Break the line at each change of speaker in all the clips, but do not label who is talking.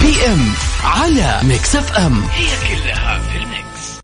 بي ام على ميكس اف ام هي كلها في الميكس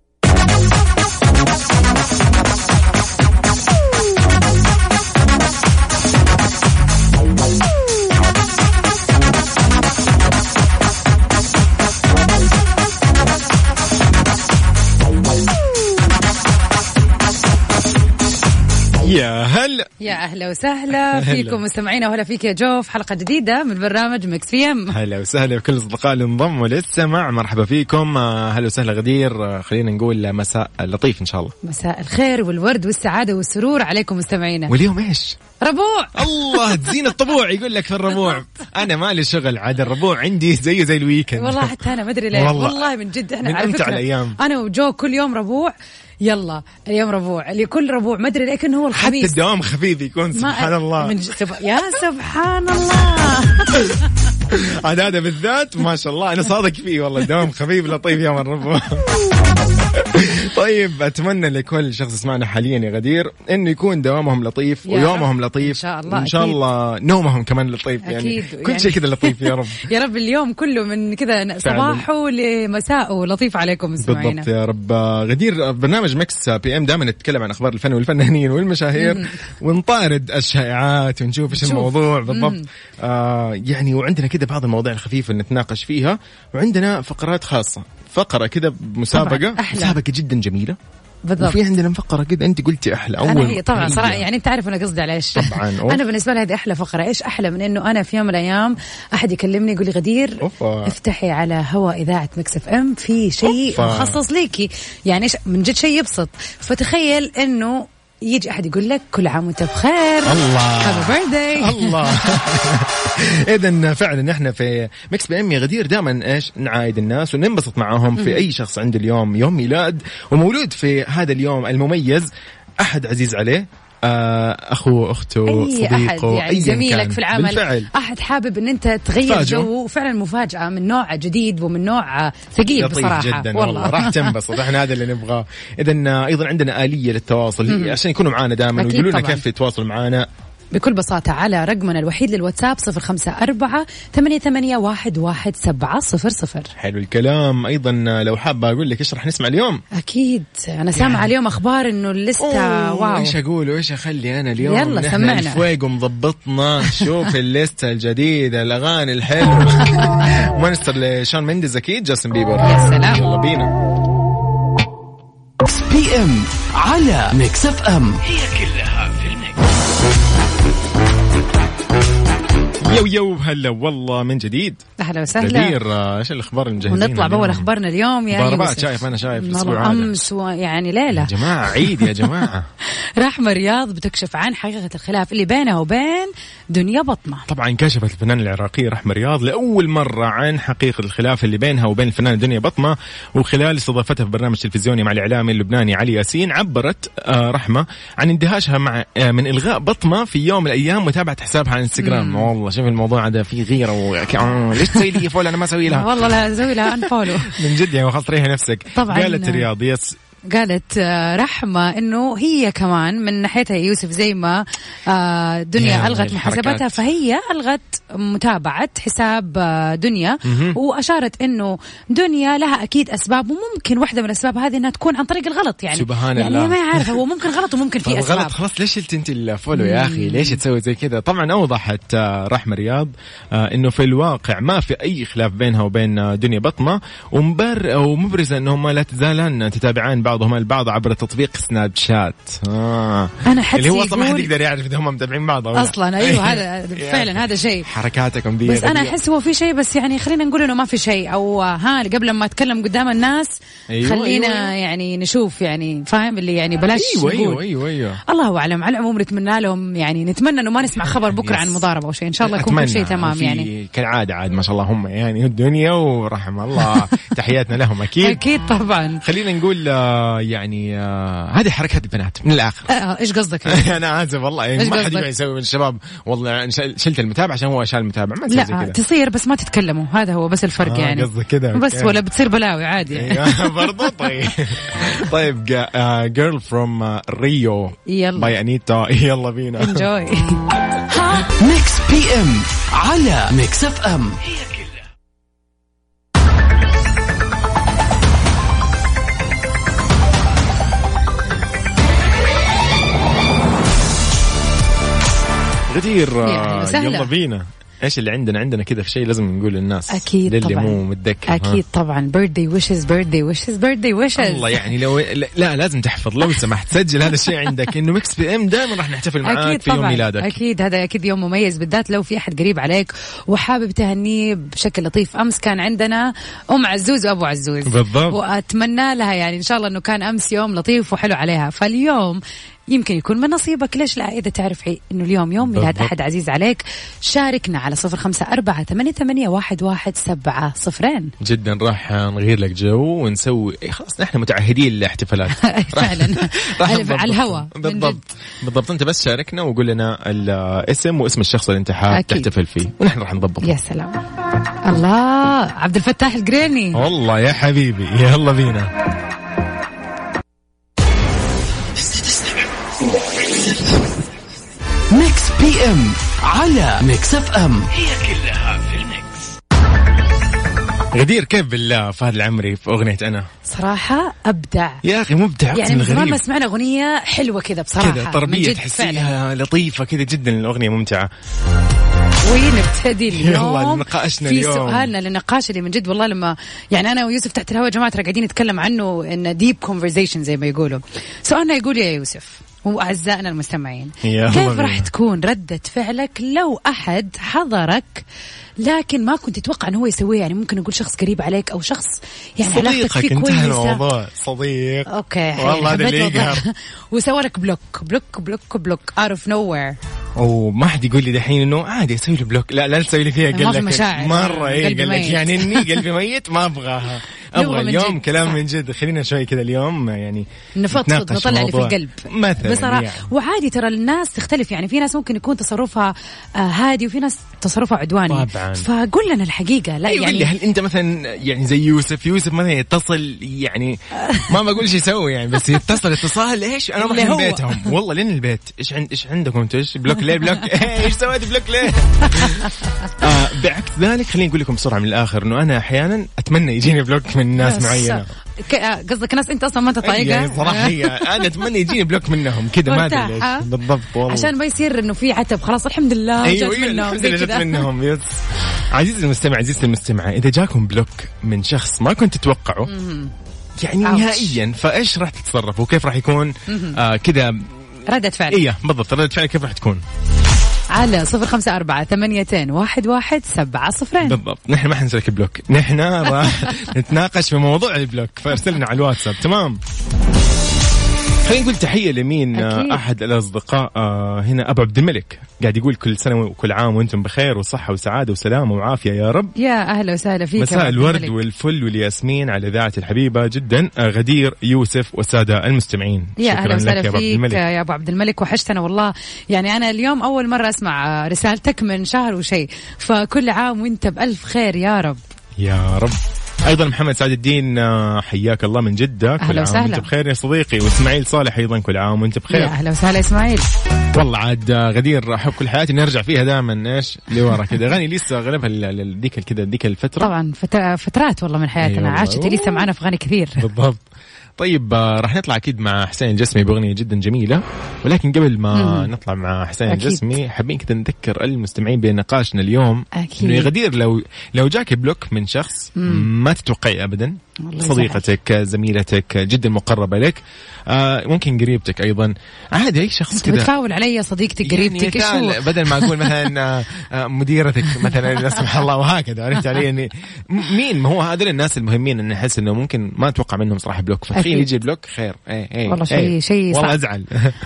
يا هلا
يا اهلا وسهلا فيكم مستمعينا وهلا فيك يا جوف حلقه جديده من برنامج مكس في ام
هلا وسهلا بكل الاصدقاء اللي انضموا للسمع مرحبا فيكم آه، هلا وسهلا غدير آه، خلينا نقول مساء لطيف ان شاء الله
مساء الخير والورد والسعاده والسرور عليكم مستمعينا
واليوم ايش؟
ربوع
الله تزين الطبوع يقول لك في الربوع انا مالي شغل عاد الربوع عندي زيه زي الويكند
والله حتى انا ما ادري ليه
والله.
والله, من جد احنا
من
على
أمتع
فكرة
الأيام.
انا وجو كل يوم ربوع يلا اليوم ربوع اللي كل ربوع ما ادري لكن هو
حتى
الخميس
الدوام خفيف يكون
ما
سبحان
أدري. من
الله
ج... سب... يا سبحان الله
عاد هذا بالذات ما شاء الله انا صادق فيه والله الدوام خفيف لطيف يا من الربوع طيب اتمنى لكل شخص يسمعنا حاليا يا غدير انه يكون دوامهم لطيف
يا
ويومهم
رب.
لطيف
إن شاء الله،
ان شاء
أكيد.
الله نومهم كمان لطيف يعني
أكيد،
كل
يعني.
شيء كذا لطيف يا رب
يا رب اليوم كله من كذا صباحه لمساءه لطيف عليكم مستمعينا
بالضبط يا رب غدير برنامج مكس بي ام دائما نتكلم عن اخبار الفن والفنانين والمشاهير ونطارد الشائعات ونشوف ايش
نشوف.
الموضوع بالضبط آه يعني وعندنا كده بعض المواضيع الخفيفه اللي نتناقش فيها وعندنا فقرات خاصه فقره كده مسابقه
طبعاً، أحلى.
مسابقه جدا جميله
بالضبط
وفي عندنا فقره كده انت قلتي احلى اول
انا هي طبعا
هي.
صراحه يعني انت عارف انا قصدي على ايش
طبعاً. أوف.
انا بالنسبه لي هذه احلى فقره ايش احلى من انه انا في يوم من الايام احد يكلمني يقول لي غدير
أوفا.
افتحي على هوا اذاعه مكس اف ام في شيء
أوفا.
مخصص ليكي يعني إيش- من جد شيء يبسط فتخيل انه يجي احد يقول لك كل عام وانت بخير
الله.
هابي بيرثداي
الله اذا فعلا احنا في مكس بي ام يا غدير دائما ايش نعايد الناس وننبسط معاهم في اي شخص عنده اليوم يوم ميلاد ومولود في هذا اليوم المميز احد عزيز عليه آه، اخوه اخته
اي احد
صديقه
يعني
أياً
زميلك
كان.
في العمل
بالفعل
احد حابب ان انت تغير
تفاجئه.
جو فعلا مفاجاه من نوع جديد ومن نوع ثقيل
لطيف
بصراحه
جدا والله, راح تنبسط احنا هذا اللي نبغاه اذا ايضا عندنا اليه للتواصل عشان يكونوا معنا دائما
أكيد
ويقولوا لنا
طبعاً.
كيف يتواصلوا معنا
بكل بساطة على رقمنا الوحيد للواتساب صفر خمسة أربعة ثمانية ثمانية واحد واحد سبعة صفر صفر
حلو الكلام ايضا لو حابه اقول لك ايش راح نسمع اليوم
أكيد أنا سامعة اليوم أخبار إنه اللستة
يعني أوه،
واو
ايش اقول وايش اخلي انا اليوم
يلا
نحن
سمعنا.
الفويق مضبطنا شوف الليستة الجديدة الاغاني الحلوة مونستر لشون مندز اكيد جاستن بيبر
يا سلام.
يلا بينا
بي ام على ميكس اف ام هي كلها في الميكس
يو يو هلا والله من جديد
أهلا وسهلا
كثير آه، ايش الاخبار المجهزين
ونطلع بأول أخبارنا اليوم يا
ضربات
يوسف.
شايف، أنا شايف الأسبوع
والله
هذا.
أمس ويعني
يا
يعني ليلة
جماعة عيد يا جماعة
رحمة رياض بتكشف عن حقيقة الخلاف اللي بينها وبين دنيا بطمة
طبعا كشفت الفنانة العراقية رحمة رياض لأول مرة عن حقيقة الخلاف اللي بينها وبين الفنانة دنيا بطمة وخلال استضافتها في برنامج تلفزيوني مع الإعلامي اللبناني علي ياسين عبرت آه، رحمة عن اندهاشها مع آه، من إلغاء بطمة في يوم من الأيام متابعة حسابها على انستغرام والله شوف الموضوع هذا فيه غيرة و... آه، ليش تسوي لي فول أنا ما أسوي لها
والله لا زوي لها أنفولو
من جد يعني خلاص ريحي نفسك
طبعاً.
قالت الرياضية س-
قالت آه، رحمة انه هي كمان من ناحيتها يا يوسف زي ما آه، دنيا
يا
الغت
الحركات.
محاسبتها فهي الغت متابعة حساب آه، دنيا واشارت انه دنيا لها اكيد اسباب وممكن واحدة من الاسباب هذه انها تكون عن طريق الغلط يعني
سبحان
يعني
الله.
ما يعرف هو ممكن غلط وممكن في
طب
اسباب
طيب، غلط خلاص ليش شلت انت الفولو يا اخي ليش تسوي زي كذا طبعا اوضحت آه، رحمه رياض آه، انه في الواقع ما في اي خلاف بينها وبين آه، دنيا بطمه ومبر ومبرزه انهما لا تزالان تتابعان بعضهما البعض عبر تطبيق سناب شات آه.
أنا حدسي
اللي هو اصلا ما حد
يقول-
يقدر يعرف اذا هم متابعين بعض أو لا.
اصلا ايوه هذا
يا
فعلا
أخي،
هذا شيء
حركاتكم دي
بس انا
غبية.
احس هو في شيء بس يعني خلينا نقول انه ما في شيء او ها قبل ما اتكلم قدام الناس
أيوة،
خلينا
أيوة، أيوة.
يعني نشوف يعني فاهم اللي يعني بلاش
ايوه
نقول.
ايوه ايوه ايوه
الله اعلم على العموم نتمنى لهم يعني نتمنى انه ما نسمع خبر بكره
يس.
عن مضاربه او شيء ان شاء الله يكون
أتمنى
كل شيء تمام
في-
يعني
كالعاده عاد ما شاء الله هم يعني الدنيا ورحم الله تحياتنا لهم اكيد
اكيد طبعا
خلينا نقول آه، يعني آه، هذه حركات البنات من الاخر
آه، ايش قصدك
انا اسف والله يعني
إيش
ما حد
قصدك؟
يقعد يسوي من الشباب والله أنا شل- شلت المتابع عشان هو شال المتابع ما يصير
لا
زي كذا
تصير بس ما تتكلموا هذا هو بس الفرق
آه،
يعني
قصدك كده،
بس
أوكي.
ولا بتصير بلاوي عادي يعني.
أيوة، برضو طيب طيب جيرل فروم ريو
يلا.
إيه. باي انيتا يلا بينا
انجوي
ميكس بي ام على ميكس اف ام هي كلها
كثير
يعني وسهلا.
آه، يلا بينا ايش اللي عندنا عندنا كذا في شيء لازم نقول للناس
اكيد
للي
طبعا
مو متذكر
اكيد طبعا بيرثدي ويشز بيرثدي ويشز بيرثدي
ها؟ الله
ويشز
يعني لو لا لازم تحفظ لو سمحت سجل هذا الشيء عندك انه مكس بي ام دائما راح نحتفل معاك
أكيد
في يوم
طبعاً.
ميلادك
أكيد هذا أكيد يوم مميز بالذات لو في أحد قريب عليك وحابب تهنيه بشكل لطيف أمس كان عندنا أم عزوز وأبو عزوز
بالضبط.
وأتمنى لها يعني إن شاء الله أنه كان أمس يوم لطيف وحلو عليها فاليوم يمكن يكون من نصيبك ليش لا إذا تعرف حي- إنه اليوم يوم ميلاد
بالضبط.
أحد عزيز عليك شاركنا على صفر خمسة أربعة ثمانية, ثمانية واحد, واحد سبعة صفرين
جدا راح نغير لك جو ونسوي إيه خلاص نحن متعهدين للاحتفالات
فعلا
راح
على-
نضبط.
على الهواء من
بالضبط بالضبط انت بس شاركنا وقول لنا الاسم واسم الشخص اللي انت حاب
أكيد.
تحتفل فيه ونحن راح نضبط
جد. يا سلام الله عبد الفتاح القريني
والله يا حبيبي يلا بينا
ميكس بي ام على ميكس اف ام هي
غدير كيف بالله فهد العمري في اغنيه انا
صراحة أبدع
يا اخي مبدع
يعني
يعني
من زمان ما
غريب
سمعنا أغنية حلوة كذا بصراحة
كذا
من
طربيه
جد فعلا.
تحسيها لطيفه كذا جدا الاغنيه ممتعه
ونبتدي اليوم
يلا لنقاشنا
في
اليوم.
سؤالنا للنقاش اللي من جد والله لما يعني أنا ويوسف تحت الهواء يا جماعة ترى قاعدين نتكلم عنه إن ديب كونفرزيشن زي ما يقولوا سؤالنا يقول يا يوسف وأعزائنا المستمعين
يلا
كيف
بينا.
راح تكون ردة فعلك لو أحد حضرك لكن ما كنت تتوقع انه هو يسويه يعني ممكن نقول شخص قريب عليك او شخص يعني علاقتك
صديقك
فيه
انتهى
كويسه
الموضوع صديق
اوكي حلو.
والله هذا
حبيت
اللي
الوضع.
يقهر
وسوى لك بلوك بلوك بلوك بلوك اوت اوف نو وير
وما حد يقول لي دحين انه عادي اسوي له بلوك لا لا تسوي لي فيها
ما في
قال لك
مشاعر.
مره اي
قلبي
قال لك
ميت.
يعني اني قلبي ميت ما ابغاها ابغى
نبغى من
اليوم
جد.
كلام
صح.
من جد خلينا شوي كذا اليوم يعني
نفضفض
نتناقش
نطلع اللي في
موضوع.
القلب
مثلا
بصراحه
يعني.
وعادي ترى الناس تختلف يعني في ناس ممكن يكون تصرفها آه، هادي وفي ناس تصرفها عدواني
طبعاً.
فقول لنا الحقيقه لا
يعني لي
يعني
هل انت مثلا يعني زي يوسف يوسف مثلا يتصل يعني ما بقول شو يسوي يعني بس يتصل اتصال ايش انا
اللي
راح
هو.
بيتهم والله لين البيت ايش عند ايش عندكم انتوا ايش بلوك ليه بلوك ايش سويت بلوك ليه آه بعكس ذلك خليني اقول لكم بسرعه من الاخر انه انا احيانا اتمنى يجيني بلوك من ناس
بس-
معينه
ك- آه، قصدك ناس انت اصلا ما انت
يعني
طايقها
صراحه هي انا اتمنى يجيني بلوك منهم كذا ما ادري
مرتاح، ها؟
ليش بالضبط والله
عشان ما يصير انه في عتب خلاص الحمد لله
ايوه
جات
ايوه
منهم
الحمد
زي
لله جت
كذا.
منهم يس عزيزي المستمع عزيزتي المستمعة إذا جاكم بلوك من شخص ما كنت تتوقعه يعني
أوتش.
نهائيا فايش راح تتصرف وكيف راح يكون آه كذا
ردة فعل
ايه بالضبط ردة فعلك كيف راح تكون
على صفر خمسة أربعة ثمانيتين واحد واحد سبعة صفرين
بالضبط نحن ما حنسلك بلوك نحن راح نتناقش في موضوع البلوك فارسلنا على الواتساب تمام خلينا نقول تحيه لمين
أكيد.
آه، احد الاصدقاء آه، هنا ابو عبد الملك قاعد يقول كل سنه وكل عام وانتم بخير وصحه وسعاده وسلامه وعافيه يا رب
يا أهلا وسهلا فيك يا
مساء
عبد
الورد
الملك.
والفل والياسمين على اذاعه الحبيبه جدا آه، غدير يوسف والساده المستمعين
يا
شكراً
اهلا
لك يا
وسهلا
أبو عبد
فيك
الملك.
يا ابو عبد الملك وحشتنا والله يعني انا اليوم اول مره اسمع رسالتك من شهر وشيء فكل عام وانت بالف خير يا رب
يا رب ايضا محمد سعد الدين آه، حياك الله من جده كل
أهلا
عام
وسهلا.
وانت بخير يا صديقي واسماعيل صالح ايضا كل عام وانت
يا
بخير
اهلا وسهلا اسماعيل
والله عاد آه، غدير احب كل حياتي نرجع فيها دائما ايش لورا كذا اغاني لسه اغلبها ل- ل- ذيك كذا ذيك الفتره
طبعا فترة- فترات والله من
أيوة
حياتنا
والله.
عاشت اليسا معنا في اغاني كثير
بالضبط طيب آه، راح نطلع اكيد مع حسين الجسمي باغنيه جدا جميله ولكن قبل ما نطلع مع حسين
أكيد.
الجسمي حابين كذا نذكر المستمعين بنقاشنا اليوم
أكيد.
انه يا غدير لو لو جاك بلوك من شخص ما تتوقعي ابدا
والله
صديقتك زميلتك جدا مقربه لك آه، ممكن قريبتك ايضا عادي اي شخص
انت
كذا
بتفاول علي صديقتك قريبتك ايش
يعني
هو؟
تعال بدل ما اقول مثلا آه، آه، مديرتك مثلا لا سمح الله وهكذا عرفت علي اني م- مين ما هو هذول الناس المهمين ان احس انه ممكن ما اتوقع منهم صراحه بلوك فتخيل
أكيد.
يجي بلوك خير اي اي
والله شيء- شيء صعب.
والله ازعل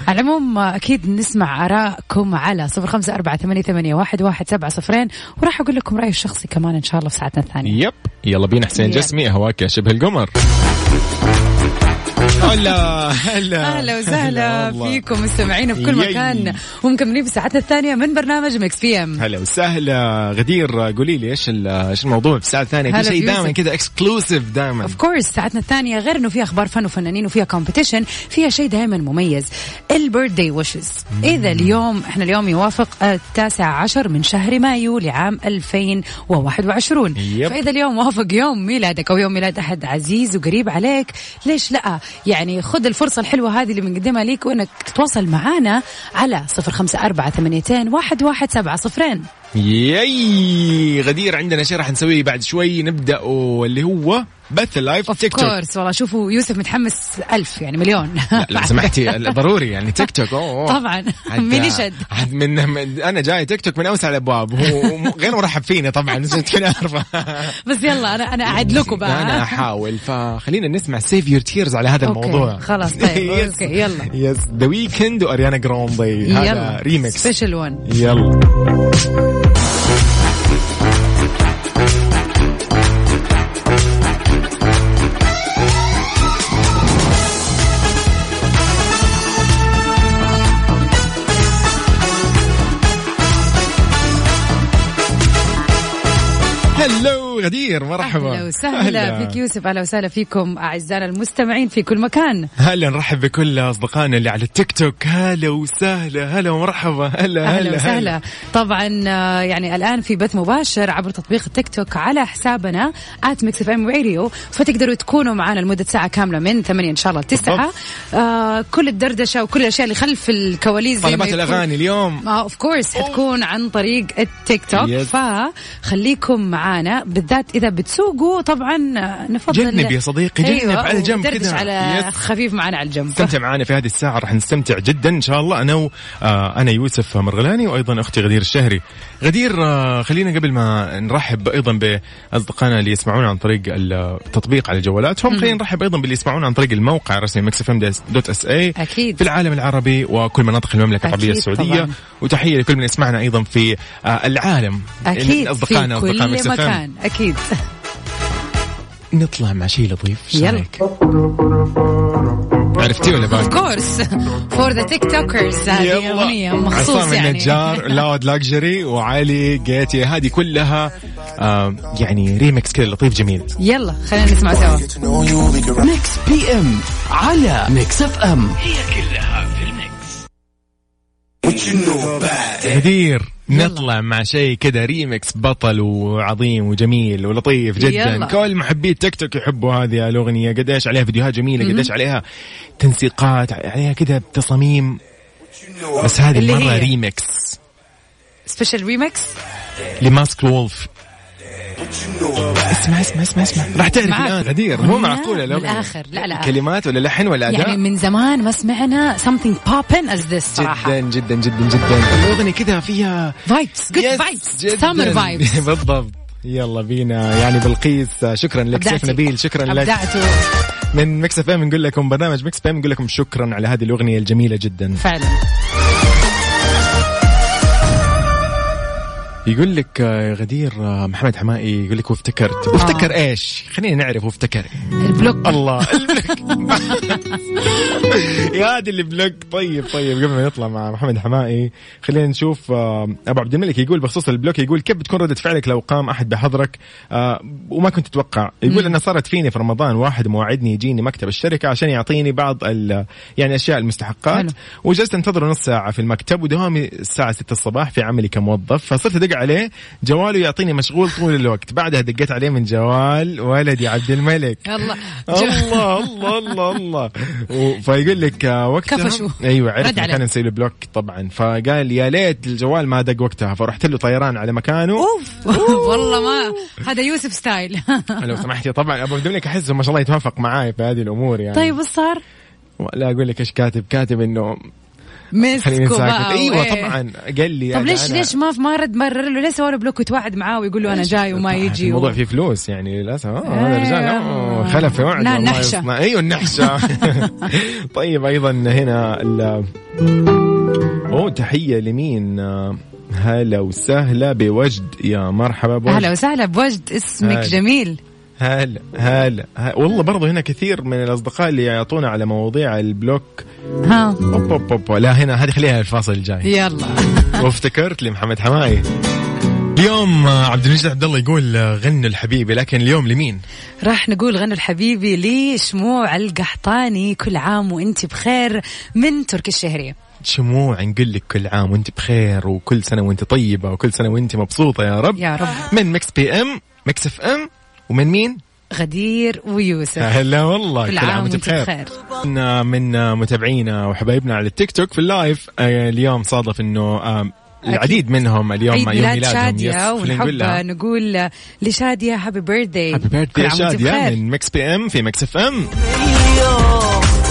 على العموم اكيد نسمع ارائكم على صفر خمسة أربعة ثمانية ثمانية واحد واحد سبعة صفرين وراح اقول لكم رايي الشخصي كمان ان شاء الله في ساعتنا الثانية
يب يلا بينا حسين
يب.
جسمي هواك يا شبه القمر هلا هلا
اهلا وسهلا
والله.
فيكم مستمعينا في كل
ياي.
مكان ومكملين في ساعتنا الثانيه من برنامج مكس بي ام
هلا وسهلا غدير قولي لي ايش ال- ايش الموضوع في الساعه الثانيه
هلا
في شيء
بيوسف.
دائما كذا اكسكلوسيف دائما
اوف كورس ساعتنا الثانيه غير انه فيها اخبار فن وفنانين وفيها كومبيتيشن فيها شيء دائما مميز البيرث داي ويشز اذا اليوم احنا اليوم يوافق التاسع عشر من شهر مايو لعام 2021
يب.
فاذا اليوم وافق يوم ميلادك او يوم ميلاد احد عزيز وقريب عليك ليش لا يعني خذ الفرصة الحلوة هذه اللي بنقدمها ليك وإنك تتواصل معنا على صفر خمسة أربعة ثمانيتين واحد واحد سبعة صفرين
ياي غدير عندنا شيء راح نسويه بعد شوي نبدا اللي هو بث اللايف
اوف
تيك توك
كورس والله شوفوا يوسف متحمس ألف يعني مليون
لا، لو سمحتي ال- ضروري يعني تيك توك أوه، أوه.
طبعا.
حتى-
مين يشد؟
حد من من- انا جاي تيك توك من اوسع الابواب هو م- غير مرحب فيني طبعا بس كنت عارفه
بس يلا أنا أنا أعد لكم بقى
انا احاول فخلينا نسمع سيف يور تيرز على هذا
أوكي،
الموضوع
خلاص، طيب،
يس.
أوكي، يلا.
يس ذا ويكند واريانا جروندي هذا ريمكس
سبيشل 1
يلا هلو غدير مرحبا
اهلا وسهلا فيك يوسف اهلا وسهلا فيكم اعزائنا المستمعين في كل مكان
هلا نرحب بكل اصدقائنا اللي على التيك توك هلا وسهلا هلا ومرحبا هلا
اهلا
هلا
وسهلا طبعا آه، يعني الان في بث مباشر عبر تطبيق التيك توك على حسابنا ات ميكس اف ام راديو فتقدروا تكونوا معنا لمده ساعه كامله من 8 ان شاء الله 9
بالضبط.
آه كل الدردشه وكل الاشياء اللي خلف الكواليس زي ما
طلبات
يكون-
الاغاني اليوم
ما اوف كورس حتكون عن طريق التيك توك
Yes.
فخليكم معانا بالذات اذا بتسوقوا طبعا آه، نفضل
جنب يا صديقي، جنب على جنب
ودردش
كده.
على
Yes.
خفيف معانا على الجنب
استمتع معنا في هذه الساعة راح نستمتع جدا إن شاء الله أنا و... آه أنا يوسف مرغلاني وأيضا أختي غدير الشهري غدير آه خلينا قبل ما نرحب أيضا بأصدقائنا اللي يسمعونا عن طريق التطبيق على جوالاتهم خلينا نرحب أيضا باللي يسمعونا عن طريق الموقع الرسمي مكسفم دوت اس اي
أكيد.
في العالم العربي وكل مناطق المملكة العربية
أكيد
السعودية
طبعاً.
وتحية لكل من يسمعنا أيضا في آه العالم
اكيد
أصدقائنا
في
أصدقاء
كل
مكسفم
مكان اكيد
نطلع مع شيء لطيف إيش
يلا.
رأيك؟ عرفتي ولا باقي؟
اوف كورس فور ذا تيك توكرز هذه اغنيه مخصوص
عصام
يعني
النجار لاود لاكجري وعلي جيتي هذه كلها آه يعني ريمكس كذا لطيف جميل
يلا خلينا نسمع سوا
ميكس بي ام على ميكس اف ام
غدير نطلع مع شيء كذا ريمكس بطل وعظيم وجميل ولطيف جدا
يلا.
كل محبي التيك توك يحبوا هذه الاغنيه قديش عليها فيديوهات جميله قديش عليها تنسيقات عليها كذا تصاميم بس هذه
اللي
المره
هي؟
ريمكس
سبيشال ريمكس
لماسك وولف اسمع اسمع اسمع اسمع راح تعرف
معاك.
الان غدير مو معقوله
من
لو
الآخر. لا، لا.
كلمات ولا لحن ولا اداء
يعني من زمان ما سمعنا something poppin as this
جدا
صراحه
جدا جدا جدا الاغنيه كذا فيها
فايبس جود
Yes،
فايبس
جداً.
سمر فايبس
بالضبط يلا بينا يعني بلقيس شكرا لك سيف نبيل شكرا لك
ابدعته
من مكس اف ام نقول لكم برنامج مكس اف ام نقول لكم شكرا على هذه الاغنيه الجميله جدا
فعلا
يقول لك آه، غدير آه، محمد حمائي يقول لك وافتكرت وافتكر ايش خلينا نعرف وافتكر
البلوك
الله البلوك يا هذا البلوك طيب طيب قبل ما نطلع مع محمد حمائي خلينا نشوف آه، ابو عبد الملك يقول بخصوص البلوك يقول كيف بتكون ردة فعلك لو قام احد بحظرك آه، وما كنت تتوقع يقول انا صارت فيني في رمضان واحد موعدني يجيني مكتب الشركه عشان يعطيني بعض ال- يعني اشياء المستحقات
حلو.
وجلست انتظره نص ساعه في المكتب ودوامي الساعه 6 الصباح في عملي كموظف فصرت ادق عليه جواله يعطيني مشغول طول الوقت بعدها دقيت عليه من جوال ولدي عبد الملك
يلا
الله الله الله الله و- فيقول لك آه، وقتها
كفشوا.
ايوه عرف
رد عليه.
مكان نسوي له بلوك طبعا فقال يا ليت الجوال ما دق وقتها فرحت له طيران على مكانه
والله ما هذا يوسف ستايل
لو سمحتي طبعا ابو عبد الملك احسه ما شاء الله يتوافق معاي في هذه الامور يعني
طيب ايش صار؟
لا اقول لك ايش كاتب كاتب انه خليني
مسكوا
ساكت
بقى
ايوه
وإيه.
طبعا قال لي
طب
أنا-
ليش
أنا-
ليش ما ما رد مرر له ليه سوى له بلوك وتوعد معاه ويقول له انا جاي وما
طبعاً
يجي
الموضوع
و...
فيه فلوس يعني للاسف آه هذا الرجال آه،
آه.
خلف في وعد
لا،
والله
النحشة.
يصنع. ايوه النحشه طيب ايضا هنا ال- اوه تحيه لمين آه، هلا وسهلا بوجد يا مرحبا بوجد
اهلا وسهلا بوجد اسمك
هلا.
جميل
هلا هلا هلا. والله برضو هنا كثير من الاصدقاء اللي يعطونا على مواضيع البلوك
ها
اوب اوب اوب لا هنا هذه خليها الفاصل الجاي
يلا
وافتكرت لي محمد حماي اليوم آه، عبد المجيد عبد الله يقول آه، غنوا الحبيبي لكن اليوم لمين؟
راح نقول غنوا الحبيبي لي شموع القحطاني كل عام وانت بخير من تركي الشهري
شموع نقول لك كل عام وانت بخير وكل سنه وانت طيبه وكل سنه وانت مبسوطه يا رب
يا رب.
من مكس بي ام مكس اف ام ومن مين؟
غدير ويوسف
هلا والله
كل
كل
عام
عام وانت
وانت
بخير
بخير.
من من متابعينا وحبايبنا على التيك توك في اللايف آه، اليوم صادف انه آه، العديد منهم اليوم
عيد
يوم
ميلاد
ميلادهم يس.
شادية
خلينا
ونحب
نقول لها
نقول لشادية هابي بيرثداي
هابي بيرثدي يا شادية من مكس بي ام في مكس اف ام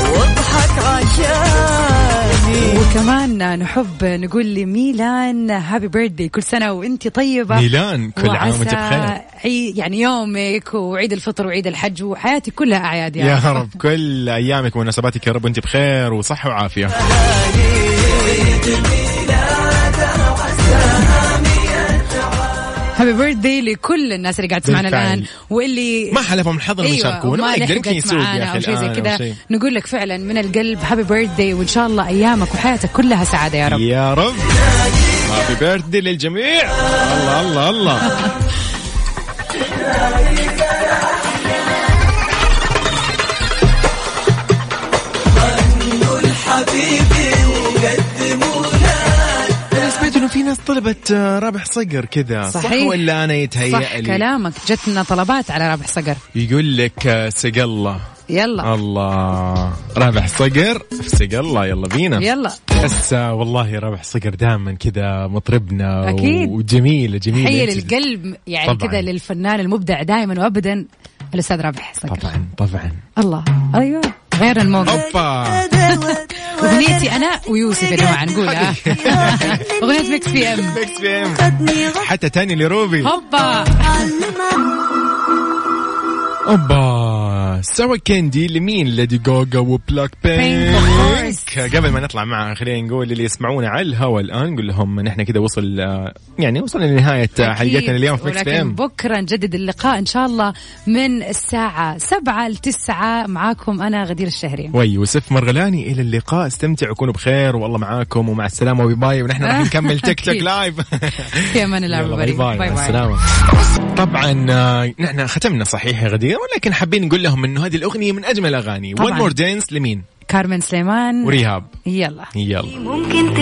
واضحك عشاني
وكمان نحب نقول لميلان هابي بيرثداي كل سنة وانت طيبة
ميلان كل عام وانت
وعسى
بخير
عي- يعني يومك وعيد الفطر وعيد الحج وحياتك كلها أعياد يعني.
يا رب كل ايامك ومناسباتك يا رب وانت بخير وصحه وعافيه
هابي بيرثداي لكل الناس اللي قاعد تسمعنا
بالفعل.
الآن واللي
ما حلفهم الحظ انهم يشاركونا ما
وما
يقدر
أيوة، لحقت
يمكن يسوق
معانا
يا اخي
أو شيء زي
الآن أو
كذا
شيء.
نقول لك فعلا من القلب هابي بيرثداي وإن شاء الله أيامك وحياتك كلها سعادة يا رب
يا رب هابي بيرثدي للجميع الله الله الله
حبيبي وقدموا
انا سمعت انه في ناس طلبت آه، رابح صقر كذا صح
صحيح.
ولا انا
صح
يتهيأ لي
كلامك جتنا طلبات على رابح صقر
يقول لك آه، سق الله
يلا
آه، الله رابح صقر سق الله يلا بينا
يلا
بس آه، والله رابح صقر دائما كذا مطربنا
أكيد.
وجميله جميله
حي
أنت-
للقلب يعني
طبعاً.
كذا للفنان المبدع دائما وابدا الاستاذ رابح صقر
طبعا طبعا
الله ايوه غير الموقف
اوبا
اغنيتي انا ويوسف يا آه. جماعه نقولها اغنيه ميكس بي ام
ميكس بي إم. حتى تاني لروبي
هوبا
اوبا سوا كاندي لمين ليدي جوجا وبلاك
Pink،
بينك
of course.
قبل ما نطلع مع خلينا نقول اللي يسمعونا على الهوا الان نقول لهم نحن كذا وصل آه، يعني وصلنا لنهايه آه، حلقتنا اليوم في مكس بي
ولكن
ام
بكره نجدد اللقاء ان شاء الله من الساعه 7 ل 9 معاكم انا غدير الشهري
ويوسف طيب، مرغلاني الى اللقاء استمتعوا كونوا بخير والله معاكم ومع السلامه وباي باي ونحن راح نكمل تيك توك
أكيد.
لايف
في امان الله
يلا باي
everybody.
باي مع
Bye bye.
السلامه طبعا آه، نحن ختمنا صحيح يا غدير ولكن حابين نقول لهم انه هذه الاغنيه من اجمل الاغاني ون
طبعاً.
مور دانس لمين
كارمن سليمان
وريهاب
يلا
يلا
ممكن